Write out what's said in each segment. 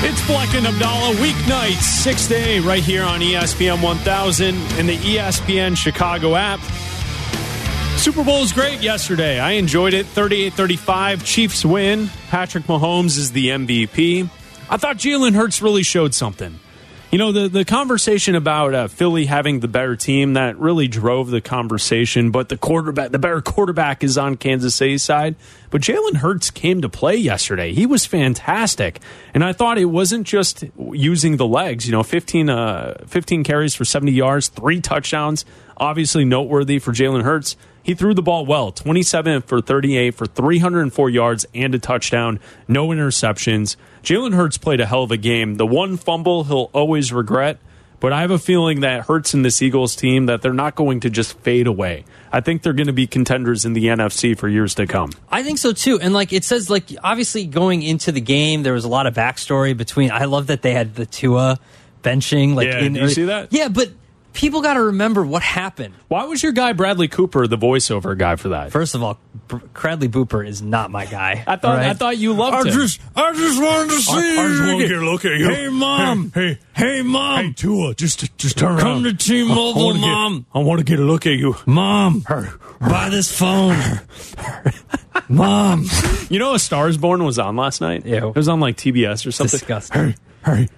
It's Black and Abdallah, weeknights, 6 to 8, right here on E ESPN 1000 and the E ESPN Chicago app. Super Bowl was great yesterday. I enjoyed it. 38 35, Chiefs win. Patrick Mahomes is the MVP. I thought Jalen Hurts really showed something. You know, the, the conversation about uh, Philly having the better team, that really drove the conversation. But the quarterback, the better quarterback is on Kansas City's side. But Jalen Hurts came to play yesterday. He was fantastic. And I thought it wasn't just using the legs, you know, 15, uh, 15 carries for 70 yards, three touchdowns. Obviously noteworthy for Jalen Hurts. He threw the ball well 27 for 38 for 304 yards and a touchdown, no interceptions. Jalen Hurts played a hell of a game. The one fumble he'll always regret, but I have a feeling that Hurts and this Eagles team that they're not going to just fade away. I think they're going to be contenders in the NFC for years to come. I think so too. And like it says, like obviously going into the game, there was a lot of backstory between. I love that they had the Tua benching. Like, Yeah, in you see that? Yeah, but people got to remember what happened. Why was your guy Bradley Cooper the voiceover guy for that? First of all, Br- Bradley Booper is not my guy. I thought I right? thought you loved him. I just wanted to see I just wanted to look at you. Hey, mom. Hey, hey, mom. Hey, Tua, just just turn Come around. to T-Mobile, I wanna get- Mom. I want to get a look at you. Mom, buy this phone. Mom, you know, A Star Is Born was on last night. Ew. It was on like TBS or something. disgusting. Hey, hey,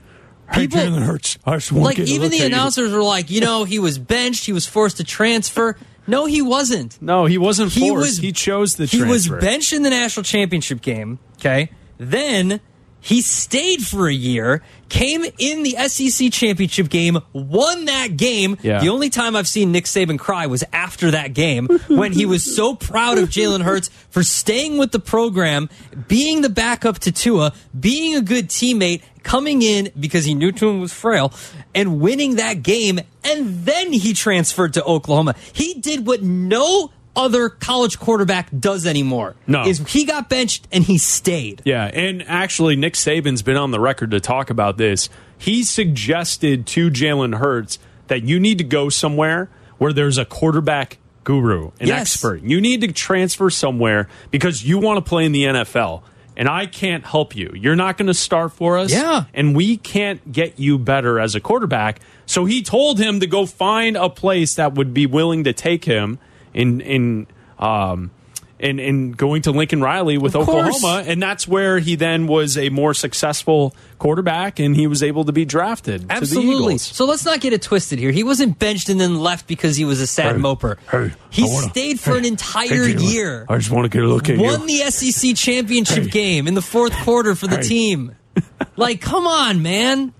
hey, People- Jalen Hurts. I just want Like to get a even look the at announcers were like, you know, he was benched. He was forced to transfer. No, he wasn't. No, he wasn't forced. He, chose the he transfer. was benched in the national championship game. Okay, then he stayed for a year, came in the SEC championship game, won that game. Yeah. The only time I've seen Nick Saban cry was after that game when he was so proud of Jalen Hurts for staying with the program, being the backup to Tua, being a good teammate. Coming in because he knew Tua was frail and winning that game, and then he transferred to Oklahoma. He did what no other college quarterback does anymore. No. Is he got benched and he stayed. Yeah, and actually, Nick Saban's been on the record to talk about this. He suggested to Jalen Hurts that you need to go somewhere where there's a quarterback guru, an Yes. expert. You need to transfer somewhere because you want to play in the NFL. And I can't help you. You're not going to start for us. Yeah. And we can't get you better as a quarterback. So he told him to go find a place that would be willing to take him in, in, um, in, in going to Lincoln Riley with Of course. Oklahoma. And that's where he then was a more successful quarterback and he was able to be drafted to the Absolutely. Eagles. So let's not get it twisted here. He wasn't benched and then left because he was a sad moper. Hey, he I wanna- stayed for hey, an hey, entire Jalen, year. I just want to get a look at Won you. the SEC championship game in the fourth quarter for the Hey. team. Like, come on, man.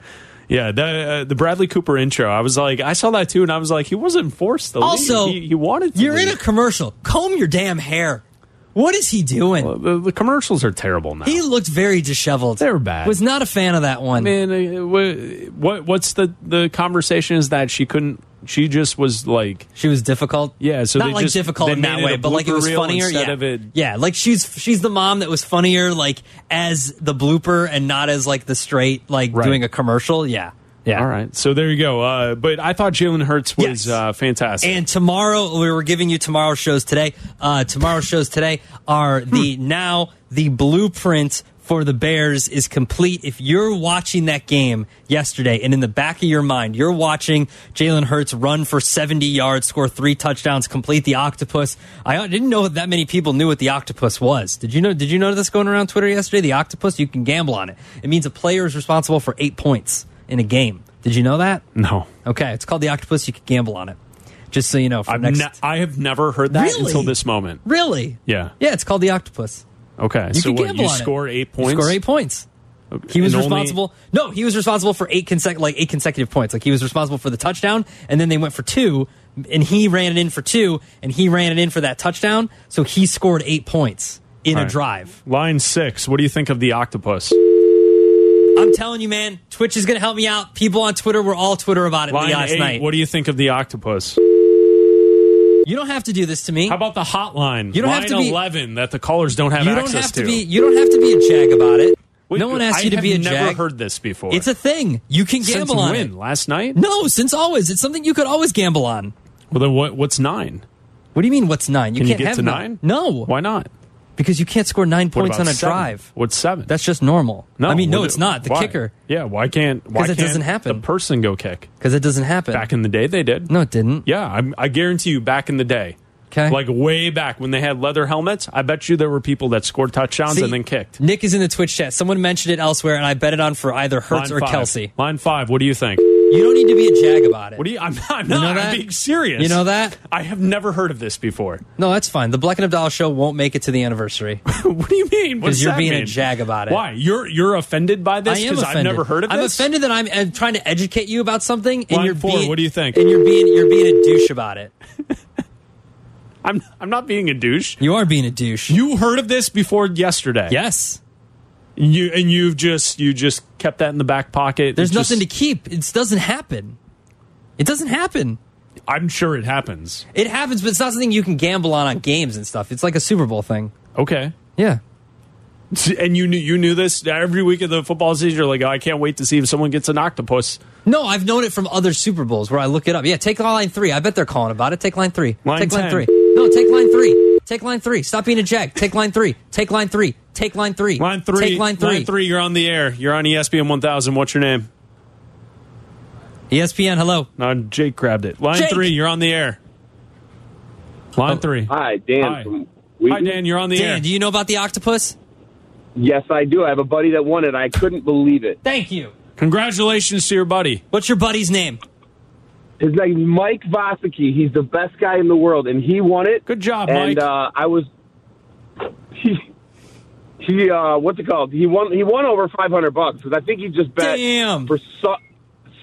Yeah, the, uh, the Bradley Cooper intro. I was like, I saw that too, and I was like, he wasn't forced to Also, leave. He, he wanted to. You're in a leave. commercial. Comb your damn hair. What is he doing? the, the commercials are terrible now. He looked very disheveled. They were bad. Was not a fan of that one. Man, uh, wha- what what's the the conversation is that she couldn't? She just was like, She was difficult. Yeah, so not they like just- difficult they in that made it way, a but like it blooper was reel funnier. instead yeah. of it- yeah, like she's she's the mom that was funnier, like as the blooper and not as like the straight like Right. doing a commercial. Yeah, yeah. all right, so there you go. Uh, but I thought Jalen Hurts was Yes. uh, fantastic. And tomorrow, we were giving you tomorrow's shows today. Uh, tomorrow's shows today are the now the blueprint for the Bears is complete. If you're watching that game yesterday and in the back of your mind, you're watching Jalen Hurts run for 70 yards, score three touchdowns, complete the octopus. I didn't know that many people knew what the octopus was. Did you know? Did you know this going around Twitter yesterday? The octopus, you can gamble on it. It means a player is responsible for eight points in a game. Did you know that? no, Okay, it's called the octopus. You could gamble on it. Just so you know, for I've next. ne- I have never heard that Really? until this moment. really? Yeah. Yeah, it's called the octopus. Okay, You so could what, gamble you on it. score eight You points. score eight points. He was And only- responsible. no, he was responsible for eight consecutive, like eight consecutive points. Like he was responsible for the touchdown, and then they went for two, and he ran it in for two, and he ran it in for that touchdown. So he scored eight points in All a right. drive. Line six. What do you think of the octopus? I'm telling you, man, Twitch is going to help me out. People on Twitter were all Twitter about it Line last eight. night. What do you think of the octopus? you don't have to do this to me. How about the hotline? You don't have Line to be- eleven that the callers don't have you access don't have to to be. You don't have to be a jag about it. Wait, no one asked I you to have be a never jag. heard this before. It's a thing. You can Since gamble on when? it. Last night? No, since always. It's something you could always gamble on. Well, then what? What's nine? What do you mean? What's nine? You Can you can't get have to no- nine? No. Why not? because you can't score nine What points about on a seven? drive. What's seven? That's just normal. no. I mean, no, what- it's not. The why? kicker Yeah. Why can't? Why 'Cause it can't doesn't happen. The person go kick. because it doesn't happen. Back in the day, they did. no, it didn't. Yeah, I'm, I guarantee you, back in the day, Okay. like way back when they had leather helmets, I bet you there were people that scored touchdowns See, and then kicked. Nick is in the Twitch chat. Someone mentioned it elsewhere, and I bet it on for either Hertz Line or five. Kelsey. Line five. What do you think? You don't need to be a jag about it. What do you? I'm not. I'm, know not, that? I'm being serious. You know that? I have never heard of this before. no, that's fine. The Black and Abdallah show won't make it to the anniversary. what do you mean? What 'Cause does you're that being a mean? jag about it. Why? You're you're offended by I this am because offended. I've never heard of I'm this. offended that I'm, I'm trying to educate you about something, and Line you're four, being. what do you think? And you're being you're being a douche about it. I'm I'm not being a douche. You are being a douche. You heard of this before yesterday. yes. You and you've just you just kept that in the back pocket. There's It's just- nothing to keep. It doesn't happen. It doesn't happen. I'm sure it happens. It happens, but it's not something you can gamble on on games and stuff. It's like a Super Bowl thing. Okay. Yeah. And you knew you knew this every week of the football season. You're like, oh, I can't wait to see if someone gets an octopus. No, I've known it from other Super Bowls where I look it up. Yeah, take line three. I bet they're calling about it. Take line three. Line take line 10. three. No, take line three. Take line three. Stop being a jag. Take line three. Take line three. Take line three. Line three. Take line three. Line three. You're on the air. You're on E ESPN 1000. What's your name? ESPN, hello. No, Jake grabbed it. Line Jake! Oh. three. You're on the air. Line three. Hi, Dan. Hi. from Hi, Wheaton. Dan. You're on the Dan, air. do you know about the octopus? Yes, I do. I have a buddy that won it. I couldn't believe it. Thank you. Congratulations to your buddy. What's your buddy's name? His name is Mike Vasicki. He's the best guy in the world, and he won it. Good job, and, Mike. uh, I was he he uh, what's it called? He won he won over five hundred bucks because I think he just bet Damn. for so,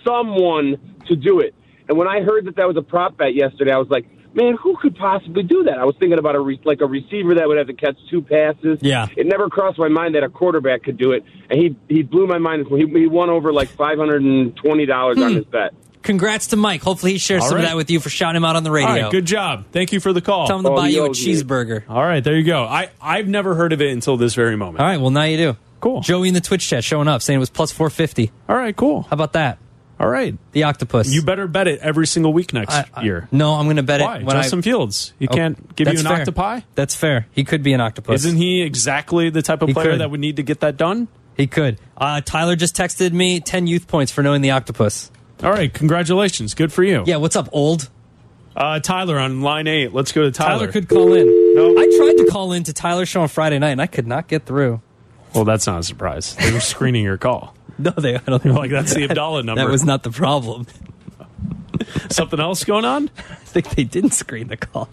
someone to do it. And when I heard that that was a prop bet yesterday, I was like, man, who could possibly do that? I was thinking about a re- like a receiver that would have to catch two passes. Yeah. it never crossed my mind that a quarterback could do it, and he he blew my mind. He, he won over like five hundred and twenty dollars Hmm. on his bet. Congrats to Mike. Hopefully he shares All some of right. that with you for shouting him out on the radio. All right. Good job. Thank you for the call. Tell him to Oh, buy he you a owes me. cheeseburger. All right. There you go. I I've never heard of it until this very moment. All right, well now you do. Cool. Joey in the Twitch chat showing up saying it was plus four fifty. All right. Cool. How about that? All right. The octopus. You better bet it every single week next I- I- year. No, I'm going to bet Why? it when I- Justin Fields. He Oh, can't give you that's an fair. octopi. That's fair. He could be an octopus. Isn't he exactly the type of He player could. that would need to get that done? He could. Uh, Tyler just texted me 10 youth points for knowing the octopus. All right, congratulations. Good for you. Yeah, what's up, old? Uh, Tyler on line eight. Let's go to Tyler. Tyler could call in. No. I tried to call in to Tyler's show on Friday night and I could not get through. well, that's not a surprise. They were screening your call. No, they. I don't know. Like, that's the Abdallah number. That was not the problem. Something else going on? I think they didn't screen the call.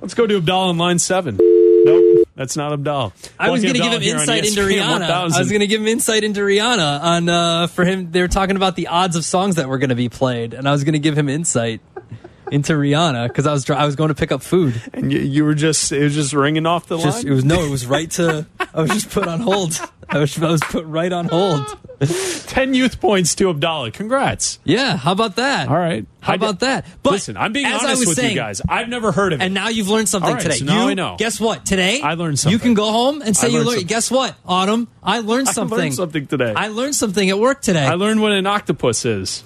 Let's go to Abdallah on line seven. Nope, that's not Abdallah. I was going Lucky to give Abdallah him here on E insight into ESPN Rihanna. I 1000. was going to give him insight into Rihanna on uh, for him. They were talking about the odds of songs that were going to be played, and I was going to give him insight into Rihanna because I was dri- I was going to pick up food. and you, you were just, it was just ringing off the Just line. it was no, it was right to. I was just put on hold. I was I was put right on hold. 10 youth points to Abdallah. Congrats. Yeah, how about that? All right. how I did- about that? But Listen, I'm being as honest I was with saying, you guys. I've never heard of it. And now you've learned something All right, today. so now You- I know. Guess what? Today I learned You something. can go home and say I you learned learned. something. Guess what? Autumn, I learned I learned something. something today. I learned something at work today. I learned what an octopus is.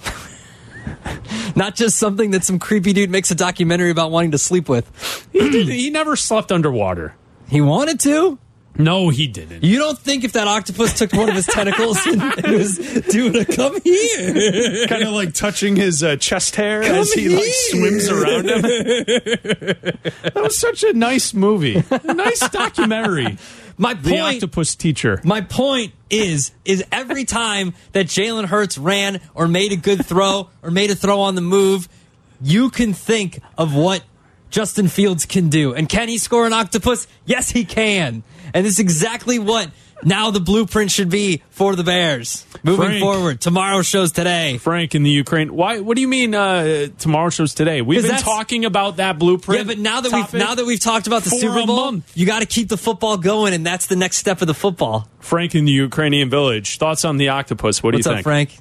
Not just something that some creepy dude makes a documentary about wanting to sleep with. he, did, he never slept underwater. He wanted to. No, he didn't. You don't think if that octopus took one of his tentacles and, and was doing a come here? kind of like touching his uh, chest hair as he like here. swims around him. that was such a nice movie, a nice documentary. My The point. octopus teacher. My point is, is every time that Jalen Hurts ran or made a good throw or made a throw on the move, you can think of what Justin Fields can do. And can he score an octopus? Yes, he can. And this is exactly what now the blueprint should be for the Bears. Moving Frank. forward, tomorrow shows today. Frank in the Ukraine. Why? What do you mean? Uh, tomorrow shows today. We've 'Cause been that's- talking about that blueprint. Yeah, but now that topic. we've now that we've talked about the for Super a Bowl, month. you got to keep the football going, and that's the next step of the football. Frank in the Ukrainian village. Thoughts on the octopus? What do What's you up, think? Frank?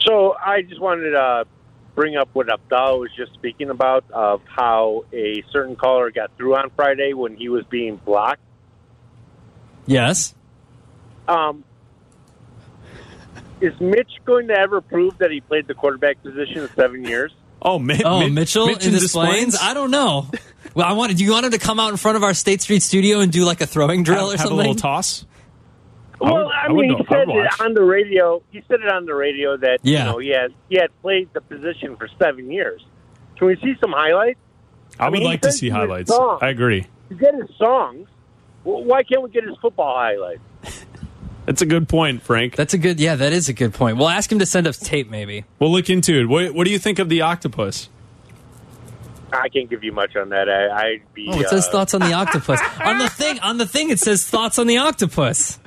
So I just wanted to uh, bring up what Abdal was just speaking about of how a certain caller got through on Friday when he was being blocked. Yes. Um, is Mitch going to ever prove that he played the quarterback position in seven years? Oh, Mi- Oh, Mi- Mitchell Mitch in and displays? Displains? I don't know. Well, I want. Do you want him to come out in front of our State Street studio and do like a throwing drill have, or have something? a little toss. would- Well, I, I would mean, know. he I said would it watch. on the radio. He said it on the radio that Yeah. you know he had he had played the position for seven years. Can we see some highlights? I would mean, like to since see he was highlights. gone. I agree. You get his songs. Well, why can't we get his football highlights? That's a good point, Frank. That's a good. Yeah, that is a good point. We'll ask him to send us tape, maybe. We'll look into it. What, what do you think of the octopus? I can't give you much on that. I, I'd be. Oh, it says uh, thoughts on the octopus on the thing. On the thing, it says thoughts on the octopus.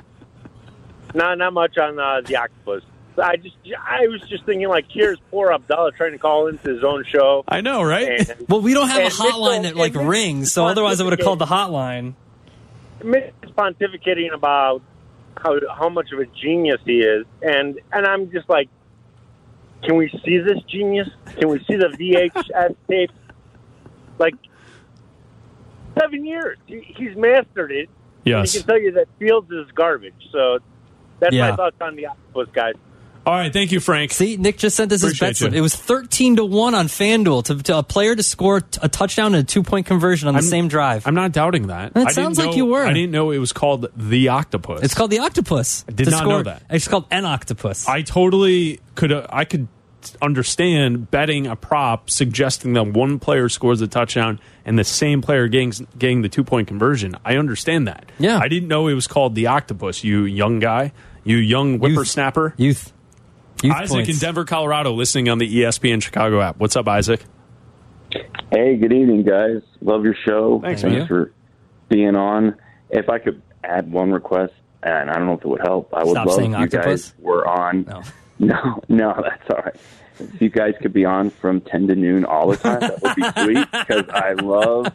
Not not much on uh, the octopus. I just I was just thinking like here's poor Abdallah trying to call into his own show. I know, right? And Well, we don't have And a Mitchell- hotline that like and Mitchell rings, so otherwise I would have called the hotline. Mitch is pontificating about how how much of a genius he is, and and I'm just like, can we see this genius? Can we see the VHS tape? Like seven years, he, he's mastered it. And he yes. can tell you that Fields is garbage. So that's Yeah. my thoughts on the octopus guys. All right. Thank you, Frank. See, Nick just sent us his Appreciate bet slip. you. It was thirteen to one on FanDuel to, to a player to score t- a touchdown and a two point conversion on the I'm- same drive. I'm not doubting that. That I didn't sounds like know- you were. I didn't know it was called the octopus. it's called the octopus. I did not know that. It's called an octopus. I totally could. Uh, I could understand betting a prop suggesting that one player scores a touchdown and the same player gains getting the two point conversion. I understand that. Yeah. I didn't know it was called the octopus. You young guy. You young whippersnapper. Youth. Youth Isaac points. in Denver, Colorado, listening on the E ESPN Chicago app. What's up, Isaac? Hey, good evening, guys. Love your show. Thanks, man. for being on. If I could add one request, and I don't know if it would help, I would Stop love if saying you octopus. guys were on. No. no, no, that's all right. If you guys could be on from ten to noon all the time, that would be sweet because I love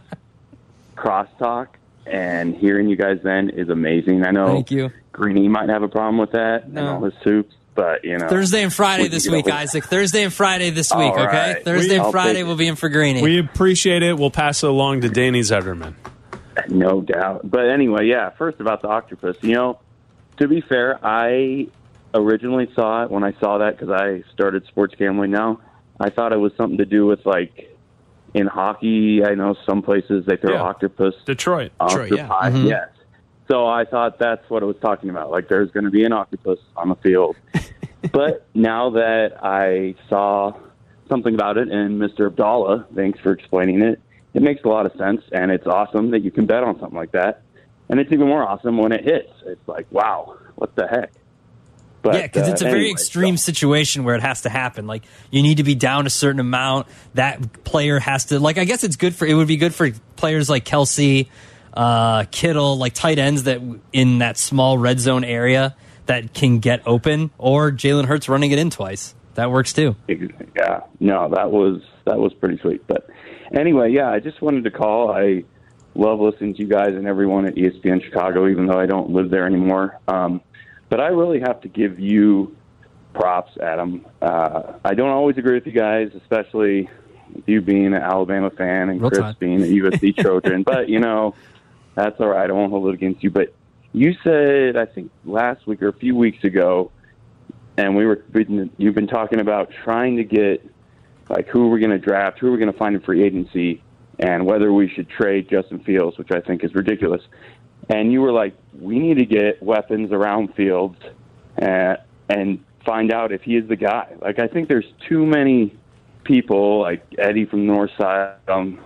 crosstalk and hearing you guys then is amazing. I know Thank you. Greeny might have a problem with that No. and all his soups, but you know Thursday and Friday We can this get week, over that. Isaac. Thursday and Friday this All week, okay? right. Thursday We- and I'll Friday take it. will be in for Greeny. We appreciate it. We'll pass it along to Danny Zetterman. No doubt. But anyway, yeah, first about the octopus. You know, to be fair, I originally saw it when I saw that because I started sports gambling now. I thought it was something to do with like in hockey. I know some places they throw Yeah. octopus Detroit. octopi. Yes. So I thought that's what it was talking about. Like there's going to be an octopus on the field. but now that I saw something about it and Mr. Abdallah, thanks for explaining it. It makes a lot of sense, and it's awesome that you can bet on something like that. And it's even more awesome when it hits. It's like, wow, what the heck? But, yeah, because uh, it's a very anyway, extreme so- situation where it has to happen. Like you need to be down a certain amount. That player has to like. I guess it's good for. It would be good for players like Kelsey, uh, Kittle, like tight ends that w- in that small red zone area that can get open, or Jalen Hurts running it in twice. That works too. yeah no that was that was pretty sweet but anyway yeah i just wanted to call i love listening to you guys and everyone at E espn chicago even though i don't live there anymore um, but i really have to give you props adam uh, i don't always agree with you guys especially you being an alabama fan and Real chris time. being a usc trojan but you know that's all right i won't hold it against you but you said i think last week or a few weeks ago and we were been- you've been talking about trying to get like who we're going to draft, who we're going to find in free agency, and whether we should trade Justin Fields, which I think is ridiculous. And you were like, we need to get weapons around Fields uh, and find out if he is the guy. Like I think there's too many people like Eddie from Northside um,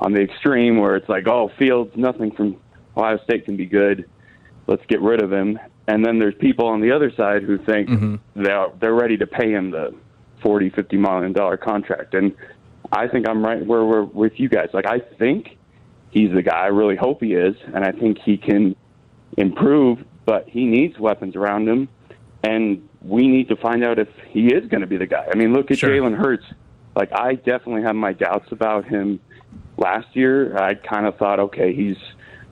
on the extreme where it's like, oh, Fields, nothing from Ohio State can be good let's get rid of him. And then there's people on the other side who think Mm-hmm. they're they're ready to pay him the forty, fifty million dollar contract. And I think I'm right where we're with you guys. Like I think he's the guy. I really hope he is, and I think he can improve. But he needs weapons around him, and we need to find out if he is going to be the guy. I mean, look at Sure. Jalen Hurts. Like I definitely have my doubts about him last year, I kind of thought, okay, he's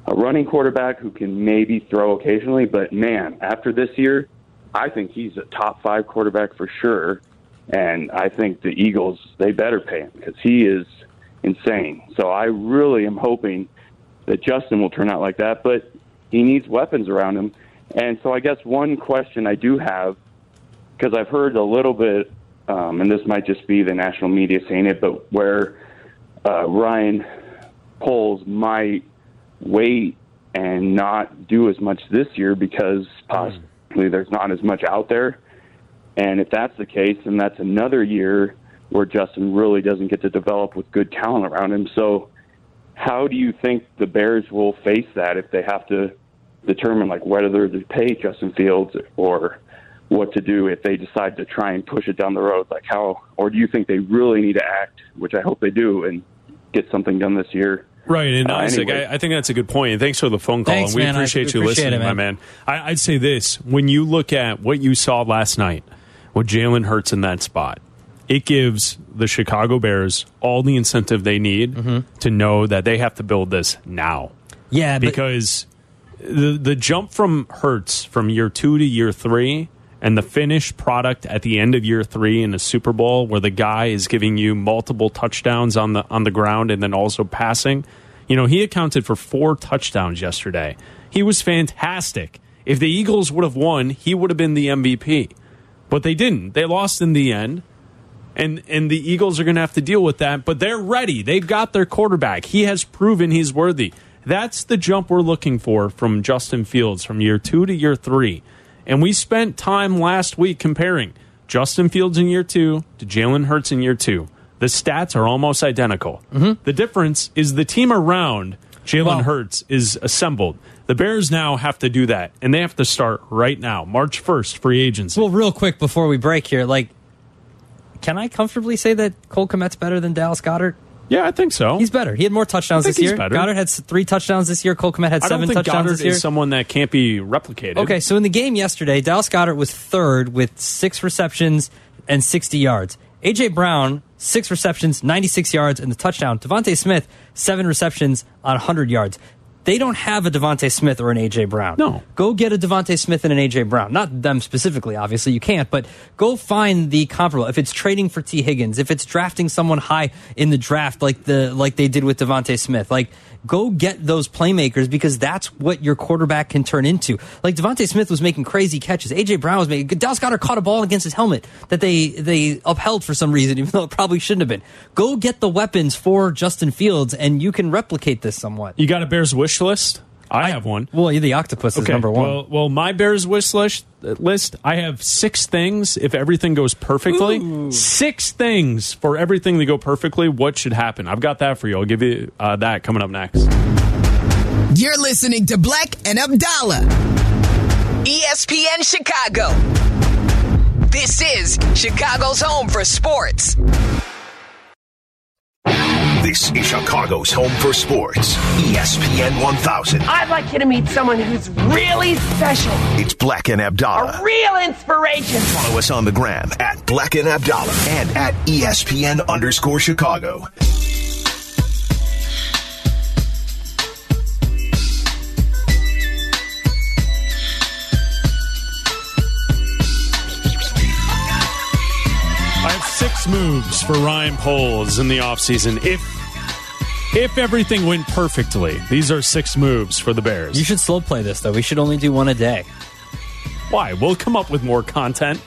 a running quarterback who can maybe throw occasionally, but man, after this year, I think he's a top five quarterback for sure. And I think the Eagles, they better pay him because he is insane. So I really am hoping that Justin will turn out like that, but he needs weapons around him. And so I guess one question I do have because I've heard a little bit, um, and this might just be the national media saying it, but where uh, Ryan polls might wait and not do as much this year because possibly there's not as much out there. And if that's the case, then that's another year where Justin really doesn't get to develop with good talent around him. So, how do you think the Bears will face that if they have to determine like whether to pay Justin Fields or what to do if they decide to try and push it down the road? Like how, or do you think they really need to act, which I hope they do, and get something done this year? Right, and Uh, Isaac, anyway. I, I think that's a good point. And thanks for the phone call, Thanks, and we man. I appreciate you appreciate listening, it, my man. I, I'd say this: when you look at what you saw last night, with Jalen Hurts in that spot, it gives the Chicago Bears all the incentive they need to know that they have to build this now, Mm-hmm. Yeah, but because the the jump from Hurts from year two to year three. And the finished product at the end of year three in a Super Bowl, where the guy is giving you multiple touchdowns on the on the ground and then also passing, you know, he accounted for four touchdowns yesterday. He was fantastic. If the Eagles would have won, he would have been the MVP. But they didn't. They lost in the end. And and the Eagles are going to have to deal with that, but they're ready. They've got their quarterback. He has proven he's worthy. That's the jump we're looking for from Justin Fields from year 2 to year 3. And we spent time last week comparing Justin Fields in year 2 to Jalen Hurts in year 2. The stats are almost identical. Mm-hmm. The difference is the team around Jalen Well- Hurts is assembled. The Bears now have to do that, and they have to start right now, March 1st, free agency. well, real quick before we break here, like, can I comfortably say that Cole Komet's better than Dallas Goddard? Yeah, I think so. He's better. He had more touchdowns I think this he's year. better. Goddard had s- three touchdowns this year. Cole Komet had I don't seven think touchdowns Goddard this year. is someone that can't be replicated. Okay, so in the game yesterday, Dallas Goddard was third with six receptions and 60 yards. A.J. Brown, six receptions, 96 yards, and the touchdown. Devontae Smith, seven receptions on 100 yards. They don't have a Devontae Smith or an A.J. Brown. No. Go get a Devontae Smith and an A.J. Brown. Not them specifically, obviously, you can't, but go find the comparable. If it's trading for T. Higgins, if it's drafting someone high in the draft like the like they did with Devontae Smith, like go get those playmakers because that's what your quarterback can turn into. Like Devontae Smith was making crazy catches. A.J. Brown was making Dallas Goddard caught a ball against his helmet that they they upheld for some reason, even though it probably shouldn't have been. Go get the weapons for Justin Fields and you can replicate this somewhat. You got a Bears wish list? I, have one. Well, the octopus is number one. Well, well, my Bears wish list, list, I have six things if everything goes perfectly. Six things for everything to go perfectly. What should happen? I've got that for you. I'll give you uh, that coming up next. You're listening to Black and Abdallah. E ESPN Chicago. This is Chicago's home for sports. This is Chicago's home for sports. E ESPN 1000. I'd like you to meet someone who's really special, It's Black and Abdallah. a real inspiration. Follow us on the gram at Black and Abdallah and at E ESPN underscore Chicago. I have six moves for Ryan Poles in the offseason. If if everything went perfectly, these are six moves for the Bears. you should slow play this though. We should only do one a day. Why? We'll come up with more content.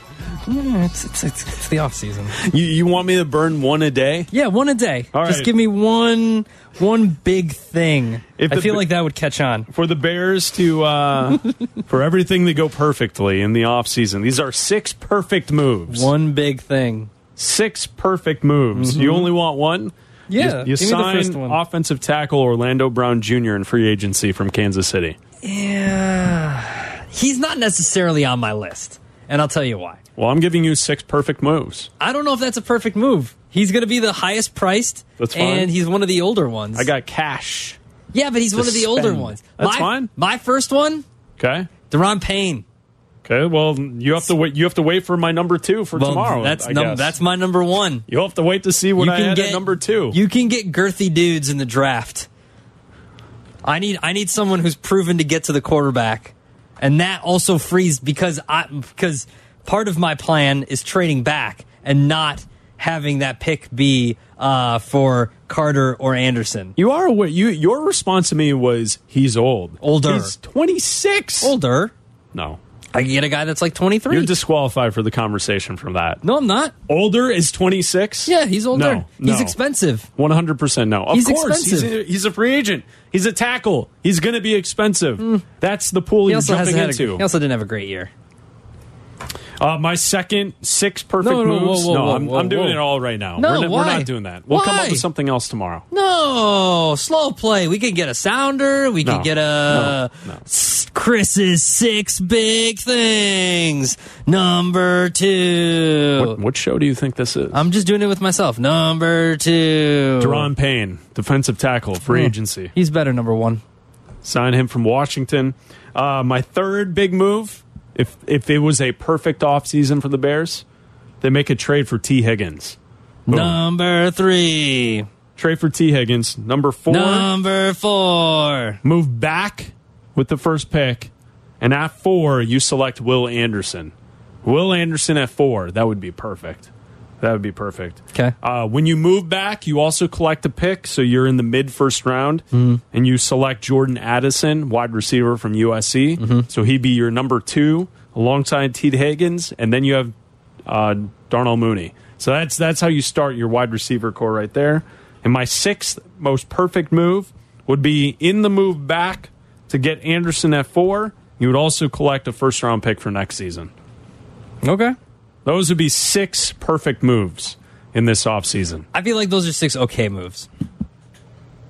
It's, it's, it's, it's the off season. You, you want me to burn one a day? Yeah, one a day. All Just right. give me one one big thing. If I the feel bi- like that would catch on. for the Bears to uh, for everything to go perfectly in the offseason. These are six perfect moves. One big thing. Six perfect moves. You only want one? Mm-hmm. Yeah, You, you give me the sign first one. offensive tackle Orlando Brown Jr. in free agency from Kansas City. Yeah. He's not necessarily on my list, and I'll tell you why. Well, I'm giving you six perfect moves. I don't know if that's a perfect move. He's going to be the highest priced, That's fine. and he's one of the older ones. I got cash. yeah, but he's one of the older spend. ones. That's my, fine. My first one, Okay. Deron Payne. Okay. Well, you have to wait. You have to wait for my number two for Well, tomorrow. that's I num- guess. that's my number one. You'll have to wait to see what I had at number two. You can get girthy dudes in the draft. I need I need someone who's proven to get to the quarterback, and that also frees because I because part of my plan is trading back and not having that pick be uh, for Carter or Anderson. You are aware. You your response to me was he's old. Older. He's twenty six. Older. No. I can get a guy that's like 23. You're disqualified for the conversation from that. no, I'm not. Older is 26? Yeah, he's older. No, no. He's expensive. 100% no. Of He's course. he's a- expensive. He's, a, free agent. He's a tackle. He's going to be expensive. That's the pool Mm. He you're also, hasn't jumping had a, into. he also didn't have a great year. Uh, my second six perfect No, no, moves. whoa, whoa, no, whoa, I'm, whoa, I'm doing whoa. it all right now. No, we're, not, we're why? not doing that. We'll come up Why? with something else tomorrow. No, slow play. We could get a sounder. We No, could get a S- Chris's six big things. Number two. What, what show do you think this is? I'm just doing it with myself. Number two. Deron Payne, defensive tackle, free Hmm. agency. He's better number one. Sign him from Washington. Uh, my third big move, if if it was a perfect offseason for the Bears, they make a trade for T. Higgins. Boom. Number three. Trade for T. Higgins. Number four, Number four. move back with the first pick. And at four, you select Will Anderson. Will Anderson at four. That would be perfect. That would be perfect. Okay. Uh, when you move back, you also collect a pick, so you're in the mid first round, Hmm. and you select Jordan Addison, wide receiver from USC. Mm-hmm. So he'd be your number two alongside Teed Higgins, and then you have uh, Darnell Mooney. So that's that's how you start your wide receiver core right there. And my sixth most perfect move would be in the move back to get Anderson at four. You would also collect a first round pick for next season. Okay. Those would be six perfect moves in this offseason. I feel like those are six okay moves.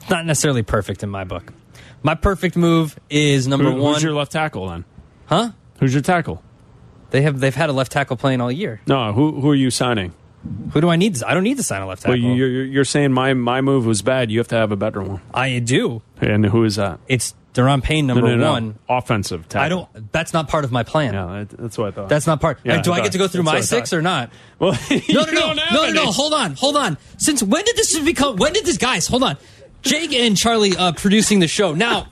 It's Not necessarily perfect in my book. My perfect move is number Who- one. Who's your left tackle then? huh? Who's your tackle? They have they've had a left tackle playing all year. No, who who are you signing? Who do I need? I don't need to sign a left Well, tackle. you- you're, you're saying my my move was bad. You have to have a better one. I do. And who is that? It's Deron Payne No, number no, no. one. offensive tackle. I don't. That's not part of my plan. Yeah, that- that's what I thought. That's not part. Yeah, do I okay. get to go through That's my what I six thought. or not? well. No, you no, no, don't have no, no, no. any. Hold on, hold on. Since when did this become? When did this, guys? Hold on. Jake and Charlie uh, producing the show now.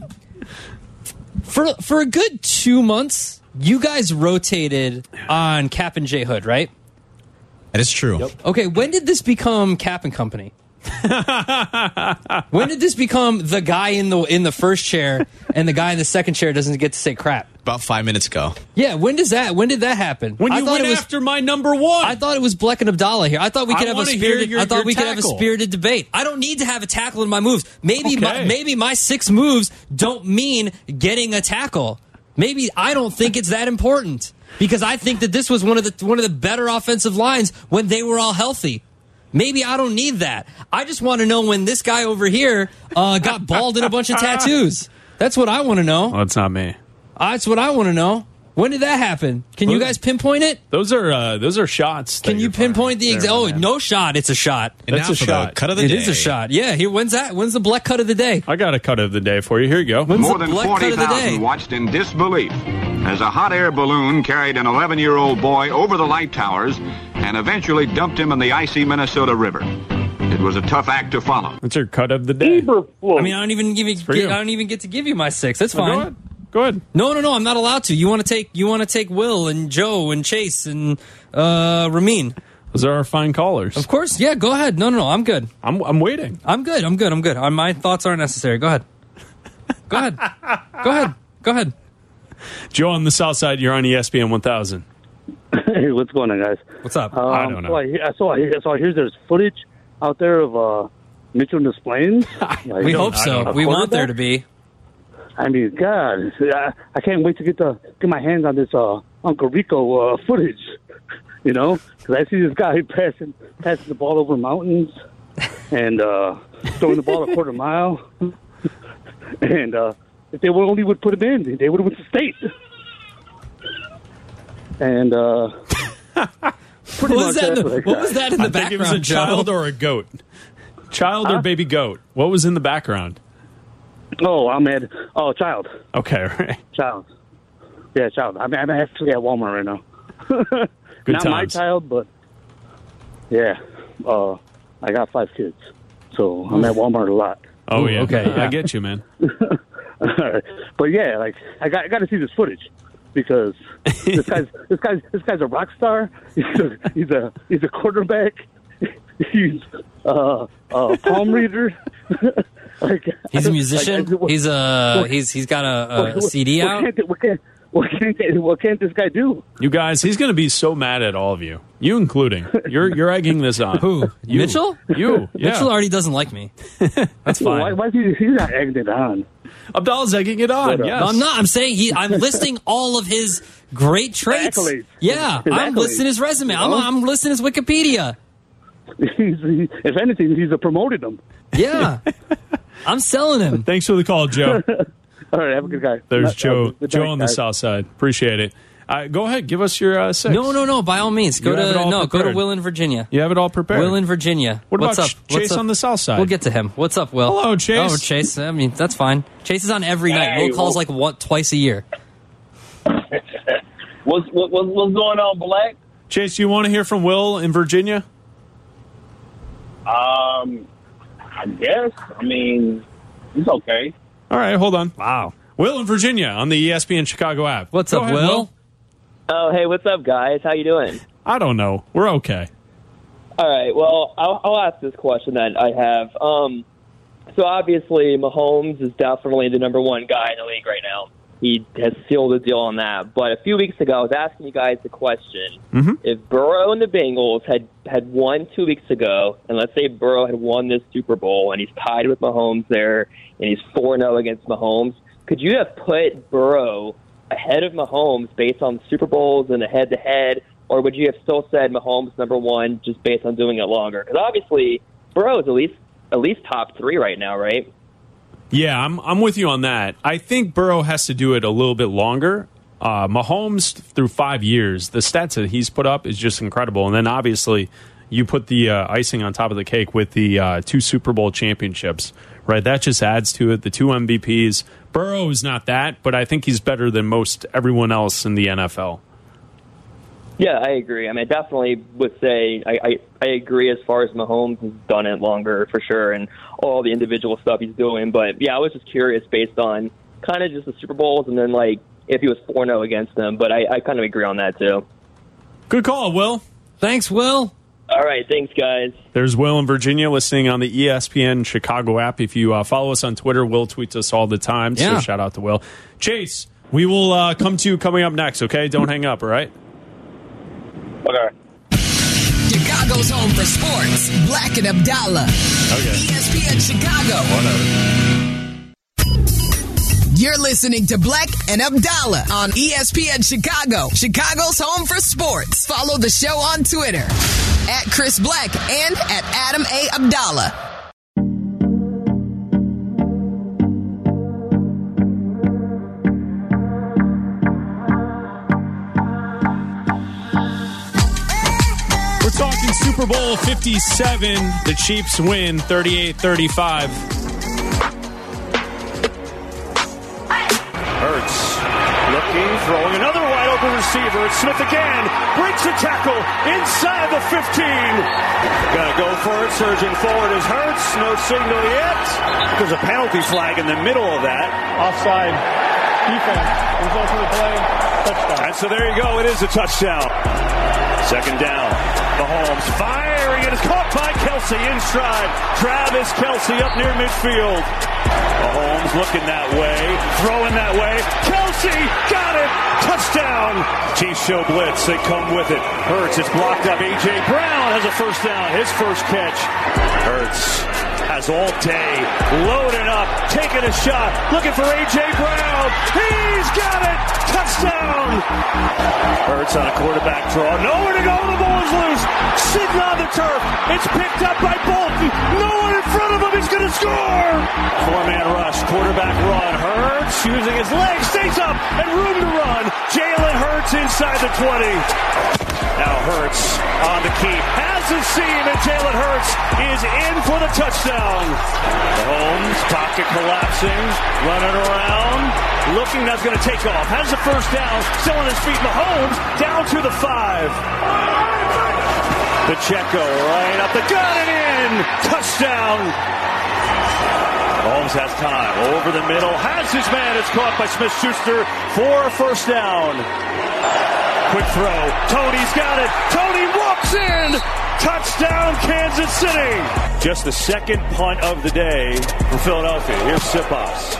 For for a good two months, you guys rotated on Cap and J Hood, right? That is true. Okay, when did this become Cap and Company? when did this become the guy in the in the first chair and the guy in the second chair doesn't get to say crap? About five minutes ago. Oh. Yeah, when does that? When did that happen? When I you thought went it was, after my number one, I thought it was Bleck and Abdallah here. I thought we I could have a wanna hear spirited. your- I thought your we could have a tackle. spirited debate. I don't need to have a tackle in my moves. Maybe my, Okay. maybe my six moves don't mean getting a tackle. Maybe I don't think it's that important because I think that this was one of the one of the better offensive lines when they were all healthy. Maybe I don't need that. I just want to know when this guy over here uh, got bald and a bunch of tattoos. That's what I want to know. well, it's not me. That's what I want to know. When did that happen? Can you guys pinpoint it? Those are uh, those are shots. that Can you you're firing pinpoint the there, exact? my Oh, man. no shot. It's a shot. And That's now a for shot. The cut of the It day. is a shot. Yeah. Here. When's that? When's the black cut of the day? I got a cut of the day for you. Here you go. When's More the than black cut of the day? 40,000 watched in disbelief as a hot air balloon carried an 11 year old boy over the light towers and eventually dumped him in the icy Minnesota River. It was a tough act to follow. That's your cut of the day. Go I mean, I don't even give you. for you. I don't even get to give you my six. That's fine. ahead. Go ahead. No, no, no. I'm not allowed to. You want to take. You want to take Will and Joe and Chase and uh Ramin. Those are our fine callers. Of course. Yeah. Go ahead. No, no, no. I'm good. I'm I'm waiting. I'm good. I'm good. I'm good. Uh, My thoughts aren't necessary. Go ahead. Go ahead. Go ahead. Go ahead. Joe on the south side. You're on E ESPN 1000. Hey, what's going on, guys? What's up? Um, I don't know. So I, I saw, I saw, here's there's footage out there of uh, Mitchell and Plains. we hope so. We want there to be. I mean, God, I, I can't wait to get the get my hands on this uh, Uncle Rico uh, footage. You know, because I see this guy passing passing the ball over mountains and uh, throwing the ball a quarter mile. and uh, if they would only would put him in, they would have went to state. And uh, What pretty much was that? In that's the, what I what was got. that in the I think it background? was a Joe? child or a goat. Child or baby goat? What was in the background? Oh, I'm at oh child, Okay, all right. child. Yeah, child. I'm, I'm actually at Walmart right now. Good Not my times. child, but yeah, uh, I got five kids, so I'm at Walmart a lot. Oh yeah. okay, yeah. I get you, man. but yeah, like I got I got to see this footage because this guy's this guy's this guy's a rock star. He's a he's a, he's a quarterback. He's uh, a palm reader. like I- like, He's a I- musician. what- Uh, He's a he's he's got a, a, a CD what uh, out. Can't, what, can't, What can't they- what can't this guy do? You guys, he's going to be so mad at all of you, you including. You're you're egging this on. Who? You. Mitchell? You. Yeah. Mitchell already doesn't like me. That's fine. Why, why is he he's not egging it on? Abdallah's egging it on. But, uh, yes. I'm not. I'm saying he. I'm listing all of his great traits. Accolades. Yeah, His I'm accolades. listing his resume. I'm, You know? I'm listing his Wikipedia. He's, he, if anything, he's promoted him. Yeah, I'm selling him. Thanks for the call, Joe. All right, have a good guy. There's Not- Joe. good Joe night, on the guys. south side. Appreciate it. Uh, go ahead. Give us your uh, six. No, no, no. By all means, go You have it to all no. Go prepared. to Will in Virginia. You have it all prepared. Will in Virginia. What What's about up? Chase What's up? on the south side? We'll get to him. What's up, Will? Hello, Chase. Oh, Chase. I mean, that's fine. Chase is on every night. Hey, Will calls Will. like what twice a year. What's what, what's what's going on, Black? Chase, you want to hear from Will in Virginia? Um, I guess. I mean, it's okay. All right, hold on. Wow. Will in Virginia on the E ESPN Chicago app. What's up, Will? Oh, hey, what's up, guys? How you doing? I don't know. We're okay. All right, well, I'll, I'll ask this question that I have. Um, so obviously, Mahomes is definitely the number one guy in the league right now. He has sealed the deal on that. But a few weeks ago, I was asking you guys the question: If Burrow and the Bengals had had won two weeks ago, and let's say Burrow had won this Super Bowl, and he's tied with Mahomes there, and he's four zero against Mahomes, could you have put Burrow ahead of Mahomes based on Super Bowls and a head to head, or would you have still said Mahomes number one just based on doing it longer? Because obviously, Burrow is at least at least top three right now, right? Yeah, I'm I'm with you on that. I think Burrow has to do it a little bit longer. Uh, Mahomes through five years, the stats that he's put up is just incredible. And then obviously, you put the uh, icing on top of the cake with the uh, two Super Bowl championships, right? That just adds to it. The two MVPs. Burrow is not that, but I think he's better than most everyone else in the NFL. Yeah, I agree. I mean, I definitely would say I, I, I agree as far as Mahomes has done it longer for sure and all the individual stuff he's doing. But yeah, I was just curious based on kind of just the Super Bowls and then like if he was 4 0 against them. But I, I kind of agree on that too. Good call, Will. Thanks, Will. All right. Thanks, guys. There's Will in Virginia listening on the E ESPN Chicago app. If you uh, follow us on Twitter, Will tweets us all the time. So Yeah. shout out to Will. Chase, we will uh, come to you coming up next, okay? Don't hang up, all right? Okay. Chicago's home for sports. Black and Abdallah. Okay. ESPN Chicago. You're listening to Black and Abdallah on E ESPN Chicago, Chicago's home for sports. Follow the show on Twitter at Chris Black and at Adam A. Abdallah. We're talking Super Bowl 57. The Chiefs win 38 35. Hurts looking, throwing another wide open receiver. It's Smith again. Breaks the tackle inside the 15. Gonna go for it. Surging forward is Hurts. No signal yet. There's a penalty flag in the middle of that. Offside. Defense. Result of the play. Touchdown. And so there you go. It is a touchdown. Second down. Mahomes firing. It is caught by Kelsey in stride. Travis Kelsey up near midfield. Mahomes looking that way, throwing that way. Kelsey got it. Touchdown. Chiefs show blitz. They come with it. Hurts. It's blocked up. A.J. Brown has a first down. His first catch. Hurts has all day. Loading up. Taking a shot. Looking for A.J. Brown. He's got it. Touchdown. Hurts on a quarterback draw. Nowhere to go. The ball is loose. Sitting on the turf. It's picked up by Bolton. No one in front of him. He's going to score. Four-man rush. Quarterback run. Hurts using his legs. Stays up and room to run. Jalen Hurts inside the 20. Now Hurts on the key. Has the seam and Jalen Hurts is in for the touchdown. Holmes pocket collapsing. Running around. Looking. That's going to take off. Has the first down. Still on his feet. Mahomes down to the five. Pacheco right up the gut and in. Touchdown. Mahomes has time. Over the middle. Has his man. It's caught by Smith Schuster for a first down. Quick throw. Tony's got it. Tony walks in. Touchdown, Kansas City. Just the second punt of the day for Philadelphia. Here's Sipos.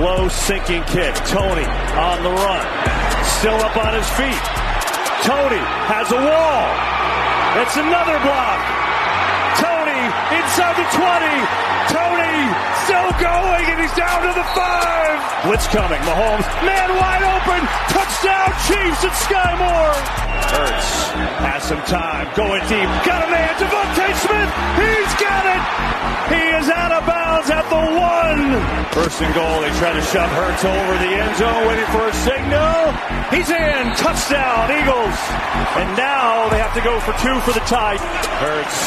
Low sinking kick. Tony on the run. Still up on his feet. Tony has a wall. It's another block. Tony inside the 20. Tony still going and he's down to the five. Blitz coming. Mahomes, man wide open. Touchdown Chiefs and Sky Moore. Hurts has some time. Going deep. Got a man. Devontae Smith. He's got it. He is out of bounds at the one. First and goal. They try to shove Hurts over the end zone, waiting for a signal. He's in. Touchdown, Eagles. And now they have to go for two for the tie. Hurts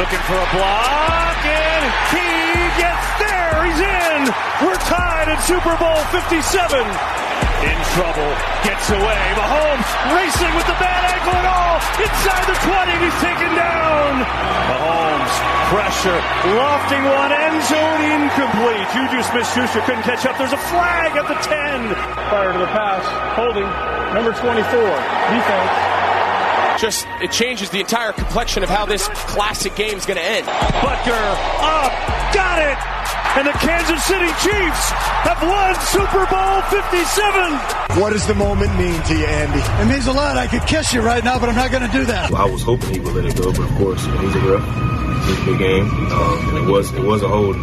looking for a block, and he gets there. He's in. We're tied at Super Bowl 57. In trouble, gets away. Mahomes racing with the bad ankle and all. Inside the 20, and he's taken down. Mahomes, pressure, lofting one, end zone incomplete. Juju Smith-Schuster couldn't catch up. There's a flag at the 10. Prior to the pass, holding number 24, defense. Just it changes the entire complexion of how this classic game is going to end. Butker up, got it, and the Kansas City Chiefs have won Super Bowl 57. What does the moment mean to you, Andy? It means a lot. I could kiss you right now, but I'm not going to do that. I was hoping he would let it go, but of course, you know, he's a ref. It's a big game, um, and it was it was a hold.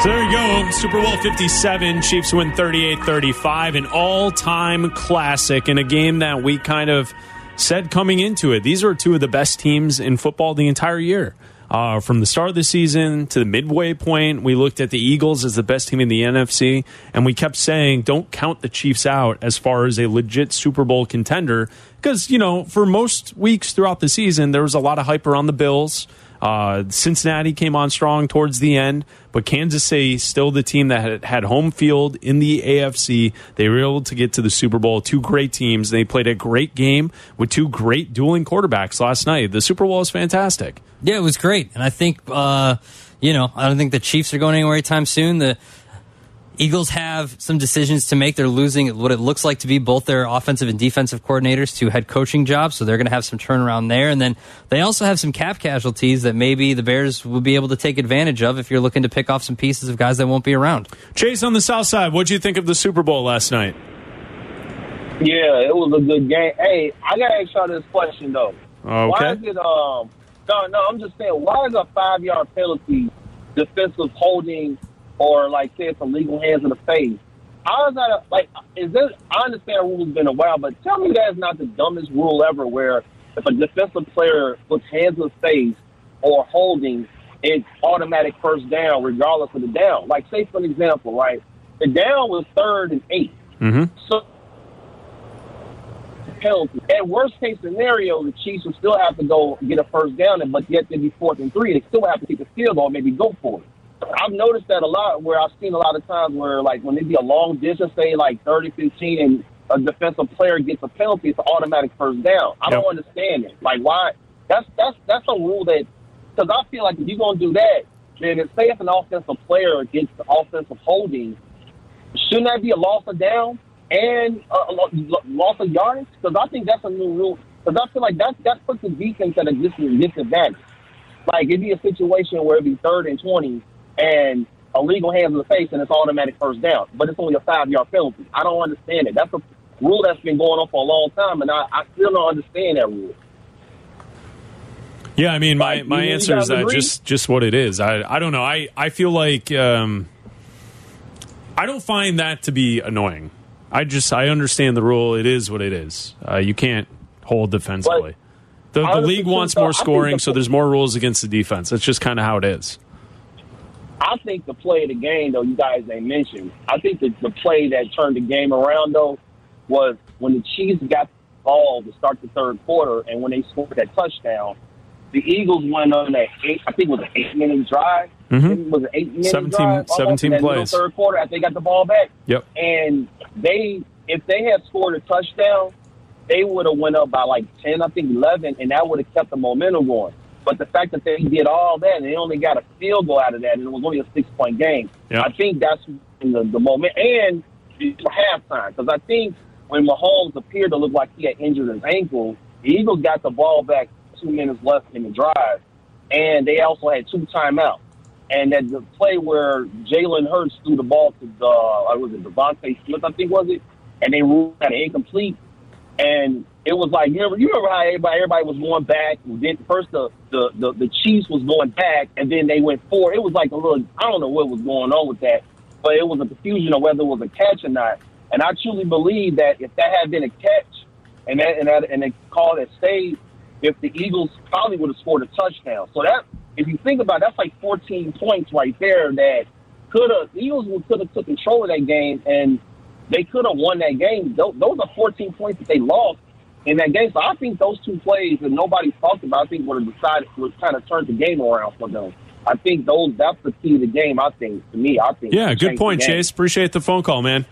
So there you go. Super Bowl 57. Chiefs win 38 35. An all time classic in a game that we kind of said coming into it. These are two of the best teams in football the entire year. Uh, from the start of the season to the midway point, we looked at the Eagles as the best team in the NFC, and we kept saying, don't count the Chiefs out as far as a legit Super Bowl contender. Because, you know, for most weeks throughout the season, there was a lot of hype around the Bills. Uh, Cincinnati came on strong towards the end, but Kansas City still the team that had, had home field in the AFC. They were able to get to the Super Bowl. Two great teams. They played a great game with two great dueling quarterbacks last night. The Super Bowl is fantastic. Yeah, it was great, and I think uh, you know I don't think the Chiefs are going anywhere anytime soon. The Eagles have some decisions to make. They're losing what it looks like to be both their offensive and defensive coordinators to head coaching jobs, so they're going to have some turnaround there. And then they also have some cap casualties that maybe the Bears will be able to take advantage of if you're looking to pick off some pieces of guys that won't be around. Chase on the South Side, what'd you think of the Super Bowl last night? Yeah, it was a good game. Hey, I gotta ask y'all this question though. Why Okay. is it um no no I'm just saying why is a five yard penalty defensive holding or like say it's illegal hands in the face? I was not a, like is this I understand rule's been a while, but tell me that's not the dumbest rule ever where if a defensive player puts hands in the face or holding, it's automatic first down regardless of the down. Like say for an example, right? The down was third and eight. Mm-hmm. So penalty. At worst case scenario, the Chiefs would still have to go get a first down, and but yet they'd be fourth and three. They still have to take a field goal, maybe go for it. I've noticed that a lot where I've seen a lot of times where, like, when it'd be a long distance, say like 30 15, and a defensive player gets a penalty, it's an automatic first down. I don't understand it. Like, why? That's that's that's a rule that, because I feel like if you're going to do that, then if, say if an offensive player gets the offensive holding, shouldn't that be a loss of down and a lo- lo- loss of yards? Because I think that's a new rule. Because I feel like that that puts the defense at a dis- disadvantage. Like it'd be a situation where it'd be third and twenty and a legal hands in the face and it's automatic first down, but it's only a five yard penalty. I don't understand it. That's a rule that's been going on for a long time, and I, I still don't understand that rule. Yeah, I mean, my, Like, my you- you answer is guys that agree? just just what it is. I I don't know. I I feel like um, I don't find that to be annoying. I just I understand the rule. It is what it is. Uh, you can't hold defensively. The, the honestly, league wants though, I more think scoring, the- so there's more rules against the defense. That's just kind of how it is. I think the play of the game, though, you guys ain't mentioned. I think that the play that turned the game around, though, was when the Chiefs got the ball to start the third quarter, and when they scored that touchdown, the Eagles went on that eight. I think it was an eight-minute drive. Mhm. It was an eight-minute 17 drive. almost 17 in that middle plays. Third quarter, after they got the ball back, Yep. and they if they had scored a touchdown, they would have went up by like ten, I think eleven, and that would have kept the momentum going. But the fact that they did all that and they only got a field goal out of that, and it was only a six point game, Yeah. I think that's the, the moment and for halftime because I think when Mahomes appeared to look like he had injured his ankle, the Eagles got the ball back two minutes left in the drive, and they also had two timeouts. And at the play where Jalen Hurts threw the ball to the, I was it Devontae Smith, I think was it, and they ruled that incomplete. And it was like you remember, you remember how everybody everybody was going back. and Then first the, the the the Chiefs was going back, and then they went forward. It was like a little I don't know what was going on with that, but it was a confusion of whether it was a catch or not. And I truly believe that if that had been a catch, and that and that and they called it save, if the Eagles probably would have scored a touchdown. So that if you think about it, that's like 14 points right there that could have the Eagles could have took control of that game and they could have won that game. Those, those are 14 points that they lost in that game. So I think those two plays that nobody talked about, I think would have decided would kind of turned the game around for them. I think those that's the key to the game. I think to me, I think Yeah, it good changed point, the game. Chase. Appreciate the phone call, man.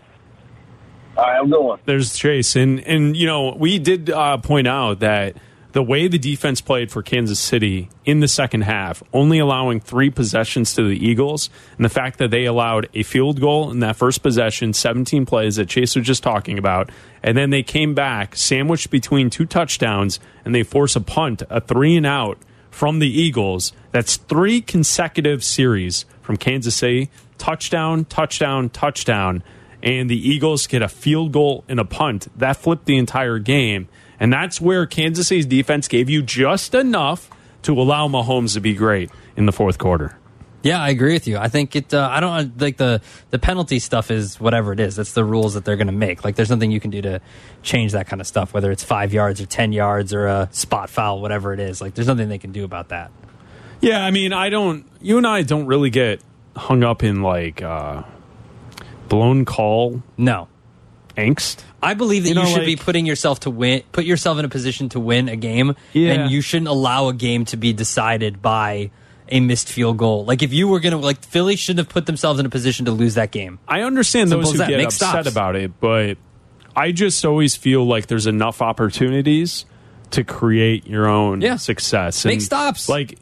All right, I'm going. There's Chase, and and you know we did uh, point out that the way the defense played for Kansas City in the second half, only allowing three possessions to the Eagles, and the fact that they allowed a field goal in that first possession, 17 plays that Chase was just talking about, and then they came back sandwiched between two touchdowns, and they force a punt, a three and out from the Eagles. That's three consecutive series from Kansas City. Touchdown, touchdown, touchdown. And the Eagles get a field goal and a punt. That flipped the entire game. And that's where Kansas City's defense gave you just enough to allow Mahomes to be great in the fourth quarter. Yeah, I agree with you. I think it. Uh, I don't like the the penalty stuff is whatever it is. That's the rules that they're going to make. Like, there's nothing you can do to change that kind of stuff. Whether it's five yards or ten yards or a spot foul, whatever it is. Like, there's nothing they can do about that. Yeah, I mean, I don't. You and I don't really get hung up in like uh, blown call. No angst. I believe that you, You know, should be like- putting yourself to win, put yourself in a position to win a game, Yeah. and you shouldn't allow a game to be decided by a missed field goal. Like if you were gonna, like Philly shouldn't have put themselves in a position to lose that game. I understand Simple those as who that. get Make upset stops. about it, but I just always feel like there's enough opportunities to create your own success. Make stops. Like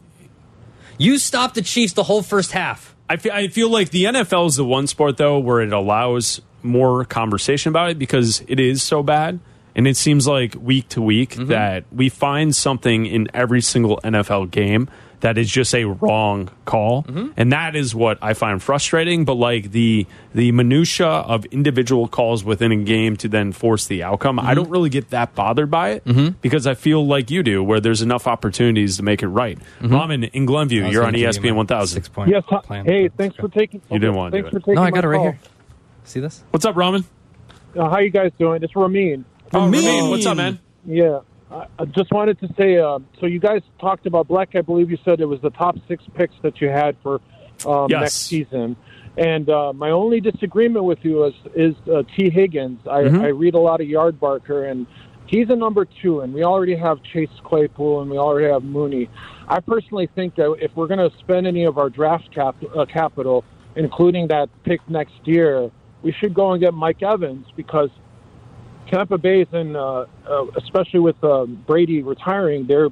you stopped the Chiefs the whole first half. I feel, I feel like the NFL is the one sport though where it allows more conversation about it because it is so bad. And it seems like week to week Mm-hmm. that we find something in every single NFL game that is just a wrong call. And that is what I find frustrating. But like the the minutia of individual calls within a game to then force the outcome, I don't really get that bothered by it because I feel like you do, where there's enough opportunities to make it right. Ramen in Glenview, I was you're on E gonna give you ESPN my 1000. six-point Yes. hi- plan. Hey, thanks for taking. You didn't want to Thanks do for it. taking No, I got my it right call. here. See this? What's up, Ramen? Uh, how you guys doing? It's Ramin. Oh, Ramin. Ramin, what's up, man? Yeah, I, I just wanted to say. Um, so you guys talked about Black. I believe you said it was the top six picks that you had for um, Yes. next season. And uh, my only disagreement with you is is uh, T. Higgins. I, Mhm. I read a lot of Yard Barker, and he's a number two. And we already have Chase Claypool, and we already have Mooney. I personally think that if we're going to spend any of our draft cap uh, capital, including that pick next year, we should go and get Mike Evans because Tampa Bay's in, uh, uh, especially with um, Brady retiring, their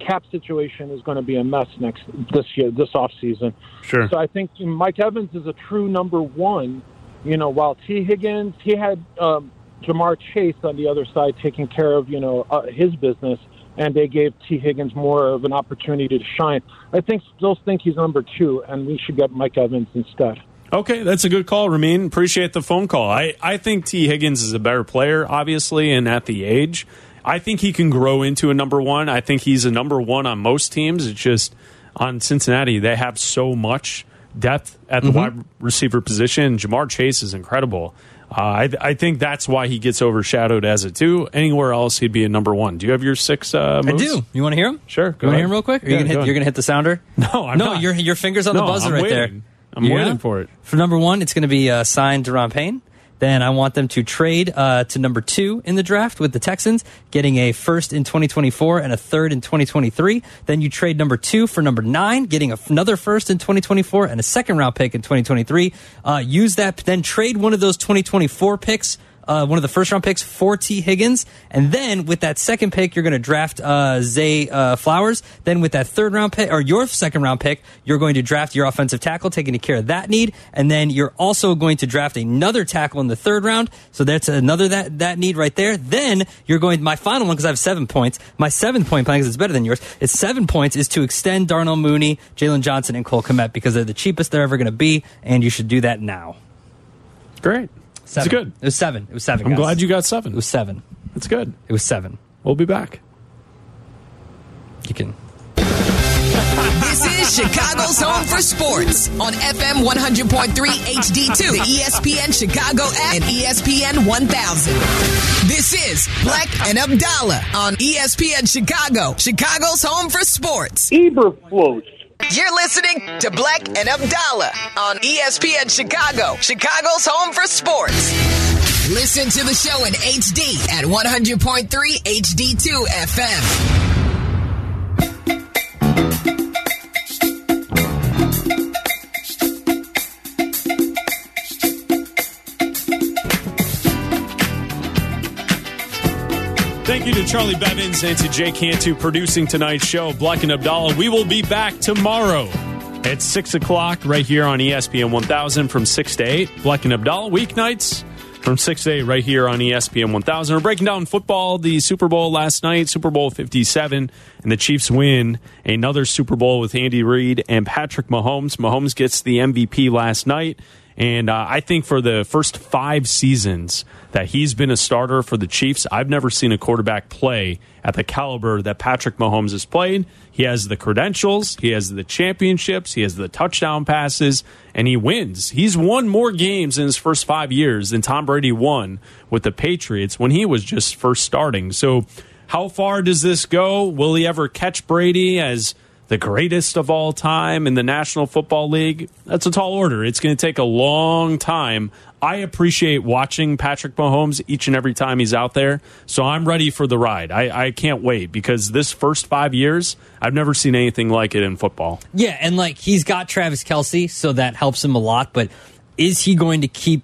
cap situation is going to be a mess next this year, this off season. Sure. So I think Mike Evans is a true number one. You know, while T. Higgins, he had um, Jamar Chase on the other side taking care of you know uh, his business, and they gave T. Higgins more of an opportunity to shine. I think still think he's number two, and we should get Mike Evans instead. Okay, that's a good call, Ramin. Appreciate the phone call. I, I think T. Higgins is a better player, obviously, and at the age. I think he can grow into a number one. I think he's a number one on most teams. It's just on Cincinnati, they have so much depth at Mm-hmm. the wide receiver position. Jamar Chase is incredible. Uh, I, I think that's why he gets overshadowed as a two. Anywhere else, he'd be a number one. Do you have your six? Uh, moves? I do. You want to hear him? Sure. You want to hear him real quick? Or you Yeah, gonna go hit, ahead. you're gonna hit the sounder? No, I'm no. not. Your your fingers on the No, buzzer I'm right there. waiting. I'm waiting for it. For number one, it's going to be uh, signed Deron Payne. Then I want them to trade uh, to number two in the draft with the Texans, getting a first in 2024 and a third in 2023. Then you trade number two for number nine, getting a- another first in 2024 and a second round pick in 2023. Uh, use that, then trade one of those 2024 picks uh, one of the first round picks for T. Higgins. And then with that second pick, you're going to draft uh, Zay uh, Flowers. Then with that third round pick, or your second round pick, you're going to draft your offensive tackle, taking care of that need. And then you're also going to draft another tackle in the third round. So that's another that, that need right there. Then you're going, my final one, because I have seven points. My seventh point plan, because it's better than yours, it's seven points, is to extend Darnell Mooney, Jalen Johnson, and Cole Komet because they're the cheapest they're ever going to be. And you should do that now. Great. Seven. It's good. It was seven. It was seven. I'm guys. glad you got seven. It was seven. That's good. It was seven. We'll be back. You can. This is Chicago's home for sports on FM 100.3 HD2, the E ESPN Chicago app, and E ESPN 1000. This is Black and Abdallah on E ESPN Chicago, Chicago's home for sports. Eberflus. You're listening to Black and Abdallah on E ESPN Chicago, Chicago's home for sports. Listen to the show in HD at 100.3 HD2 FM. Thank you to Charlie Bevins and to Jay Cantu producing tonight's show, Black and Abdallah. We will be back tomorrow at 6 o'clock right here on E ESPN 1000 from 6 to 8. Black and Abdallah weeknights from 6 to 8 right here on E ESPN 1000. We're breaking down football, the Super Bowl last night, Super Bowl 57, and the Chiefs win another Super Bowl with Andy Reid and Patrick Mahomes. Mahomes gets the MVP last night. And uh, I think for the first five seasons that he's been a starter for the Chiefs, I've never seen a quarterback play at the caliber that Patrick Mahomes has played. He has the credentials, he has the championships, he has the touchdown passes, and he wins. He's won more games in his first five years than Tom Brady won with the Patriots when he was just first starting. So, how far does this go? Will he ever catch Brady as the greatest of all time in the National Football League? That's a tall order. It's going to take a long time. I appreciate watching Patrick Mahomes each and every time he's out there. So I'm ready for the ride. I, I can't wait because this first five years, I've never seen anything like it in football. Yeah, and like he's got Travis Kelsey, so that helps him a lot. But is he going to keep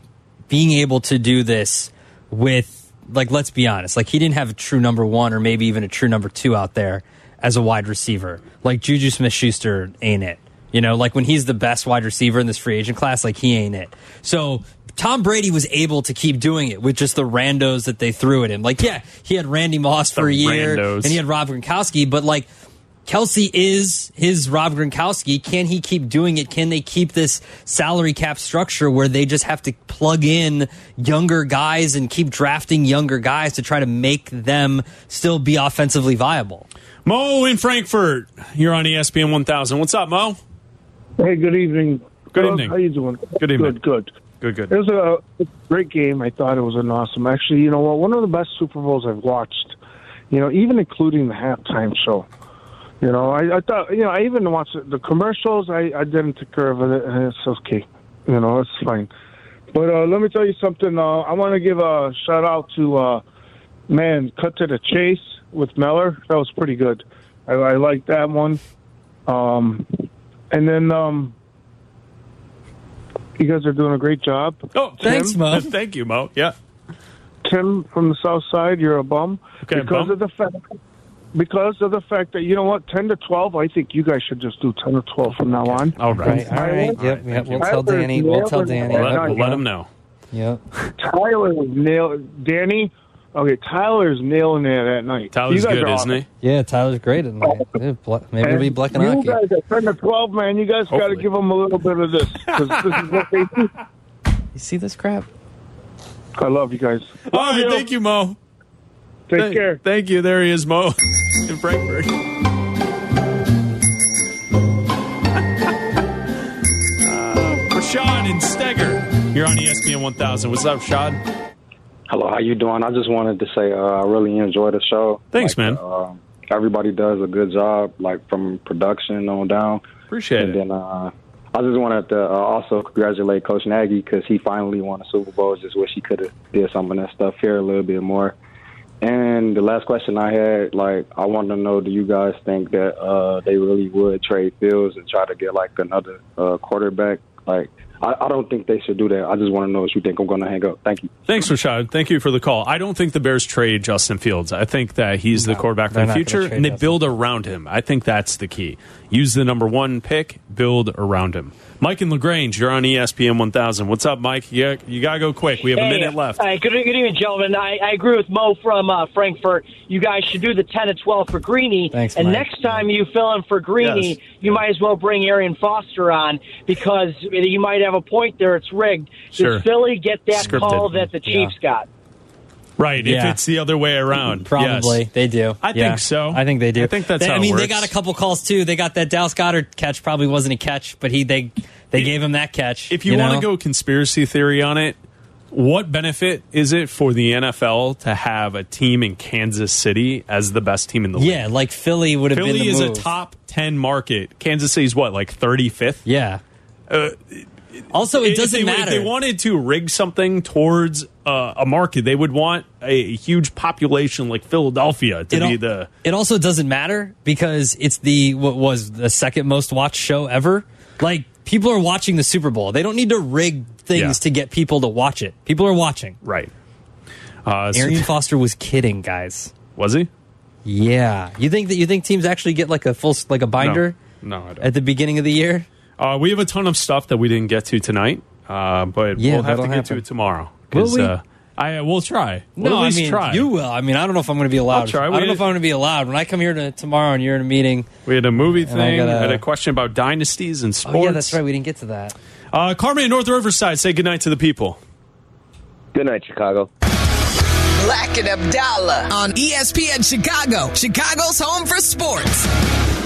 being able to do this with, like, let's be honest, like he didn't have a true number one or maybe even a true number two out there as a wide receiver. Like Juju Smith Schuster ain't it. You know, like when he's the best wide receiver in this free agent class, like he ain't it. So Tom Brady was able to keep doing it with just the randos that they threw at him. Like, yeah, he had Randy Moss for The a year randos. and he had Rob Gronkowski, but like Kelsey is his Rob Gronkowski. Can he keep doing it? Can they keep this salary cap structure where they just have to plug in younger guys and keep drafting younger guys to try to make them still be offensively viable? Mo in Frankfurt, you're on E ESPN 1000. What's up, Mo? Hey, good evening. Good Doug, evening. How you doing? Good evening. Good, good. Good, good. It was a great game. I thought it was an awesome. Actually, you know what? One of the best Super Bowls I've watched. You know, even including the halftime show. You know, I, I thought. You know, I even watched the commercials. I, I didn't take care of it, and it's okay. You know, it's fine. But uh, let me tell you something. Uh, I want to give a shout out to uh, man, cut to the chase with Meller. That was pretty good. I, I like that one. Um, and then um, you guys are doing a great job. Oh, thanks, Mo. Thank you, Mo. Yeah. Tim from the South Side, you're a bum. Okay, because bum. of the fact because of the fact that you know what, ten to twelve, I think you guys should just do ten to twelve from now on. All right. All right. Yep. Yep. We'll tell Danny. We'll tell Danny. We'll let, we'll let him know. Yep. Tyler was nail Danny. Okay, Tyler's nailing it at night. You guys are awesome. Yeah, Tyler's great at night. Yeah, bla- Maybe it'll be And Black and You Aki. guys at ten to twelve, man. You guys got to give them a little bit of this 'cause this is what they do. You see this crap? I love you guys. All right, thank you, Mo. Take Thank- Thank you. There he is, Mo in Frankfurt. Uh, Rashad and Steger, you're on E ESPN 1000. What's up, Rashad? Hello, how you doing? I just wanted to say uh, I really enjoy the show. Thanks, man. Uh, everybody does a good job, like from production on down. Appreciate and it. And then uh, I just wanted to uh, also congratulate Coach Nagy because he finally won a Super Bowl. Just wish he could have did some of that stuff here a little bit more. And the last question I had, like, I wanted to know, do you guys think that uh, they really would trade Fields and try to get like another uh, quarterback? Like, I, I don't think they should do that. I just want to know if you think I'm going to hang up. Thank you. Thanks, Rashad. Thank you for the call. I don't think the Bears trade Justin Fields. I think that he's the quarterback for they're the not gonna future, trade and they Justin. build around him. I think that's the key. Use the number one pick, build around him. Mike and Lagrange, you're on E ESPN 1000. What's up, Mike? You, you gotta go quick. We have a Hey, minute left. all right, good, good evening, gentlemen. I, I agree with Mo from uh, Frankfurt. You guys should do the 10 to 12 for Greeny. Thanks, and Mike. next time you fill in for Greeny, Yes. you might as well bring Arian Foster on because you might have a point there. It's rigged. Sure. Does Philly get that Scripted. call that the Chiefs got? Right. Yeah. If it's the other way around, Probably yes. they do. I Yeah. think so. I think they do. I think that's They- how I it mean, they works. got a couple calls too. They got that Dallas Goddard catch. Probably wasn't a catch, but he they they gave him that catch. If you, want to go conspiracy theory on it, what benefit is it for the NFL to have a team in Kansas City as the best team in the league? yeah, like Philly would have been Philly the is move. a top ten market. Kansas City's what, like thirty fifth? Yeah. Uh, also, it if doesn't they, If matter. they wanted to rig something towards uh, a market, they would want a huge population like Philadelphia to It al- be the. It also doesn't matter because it's the what was the second most watched show ever. Like people are watching the Super Bowl. They don't need to rig things Yeah. to get people to watch it. People are watching. Right. Uh, so- Arian Foster was kidding, guys. Was he? Yeah. You think that you think teams actually get like a full s- like a binder No, I don't. at the beginning of the year? Uh, we have a ton of stuff that we didn't get to tonight, uh, but Yeah, we'll have to that'll get to happen. it tomorrow. Will 'Cause, we? Uh, I will try. We'll at I least mean try. you will. I mean, I don't know if I'm going to be allowed. try. I We- don't know if I'm going to be allowed when I come here to tomorrow and you're in a meeting. We had a movie And I thing. gotta- had a question about dynasties and sports. Oh yeah, that's right. We didn't get to that. Uh, Carmen in North Riverside, say goodnight to the people. Good night, Chicago. E Black and Abdallah on ESPN Chicago, Chicago's home for sports.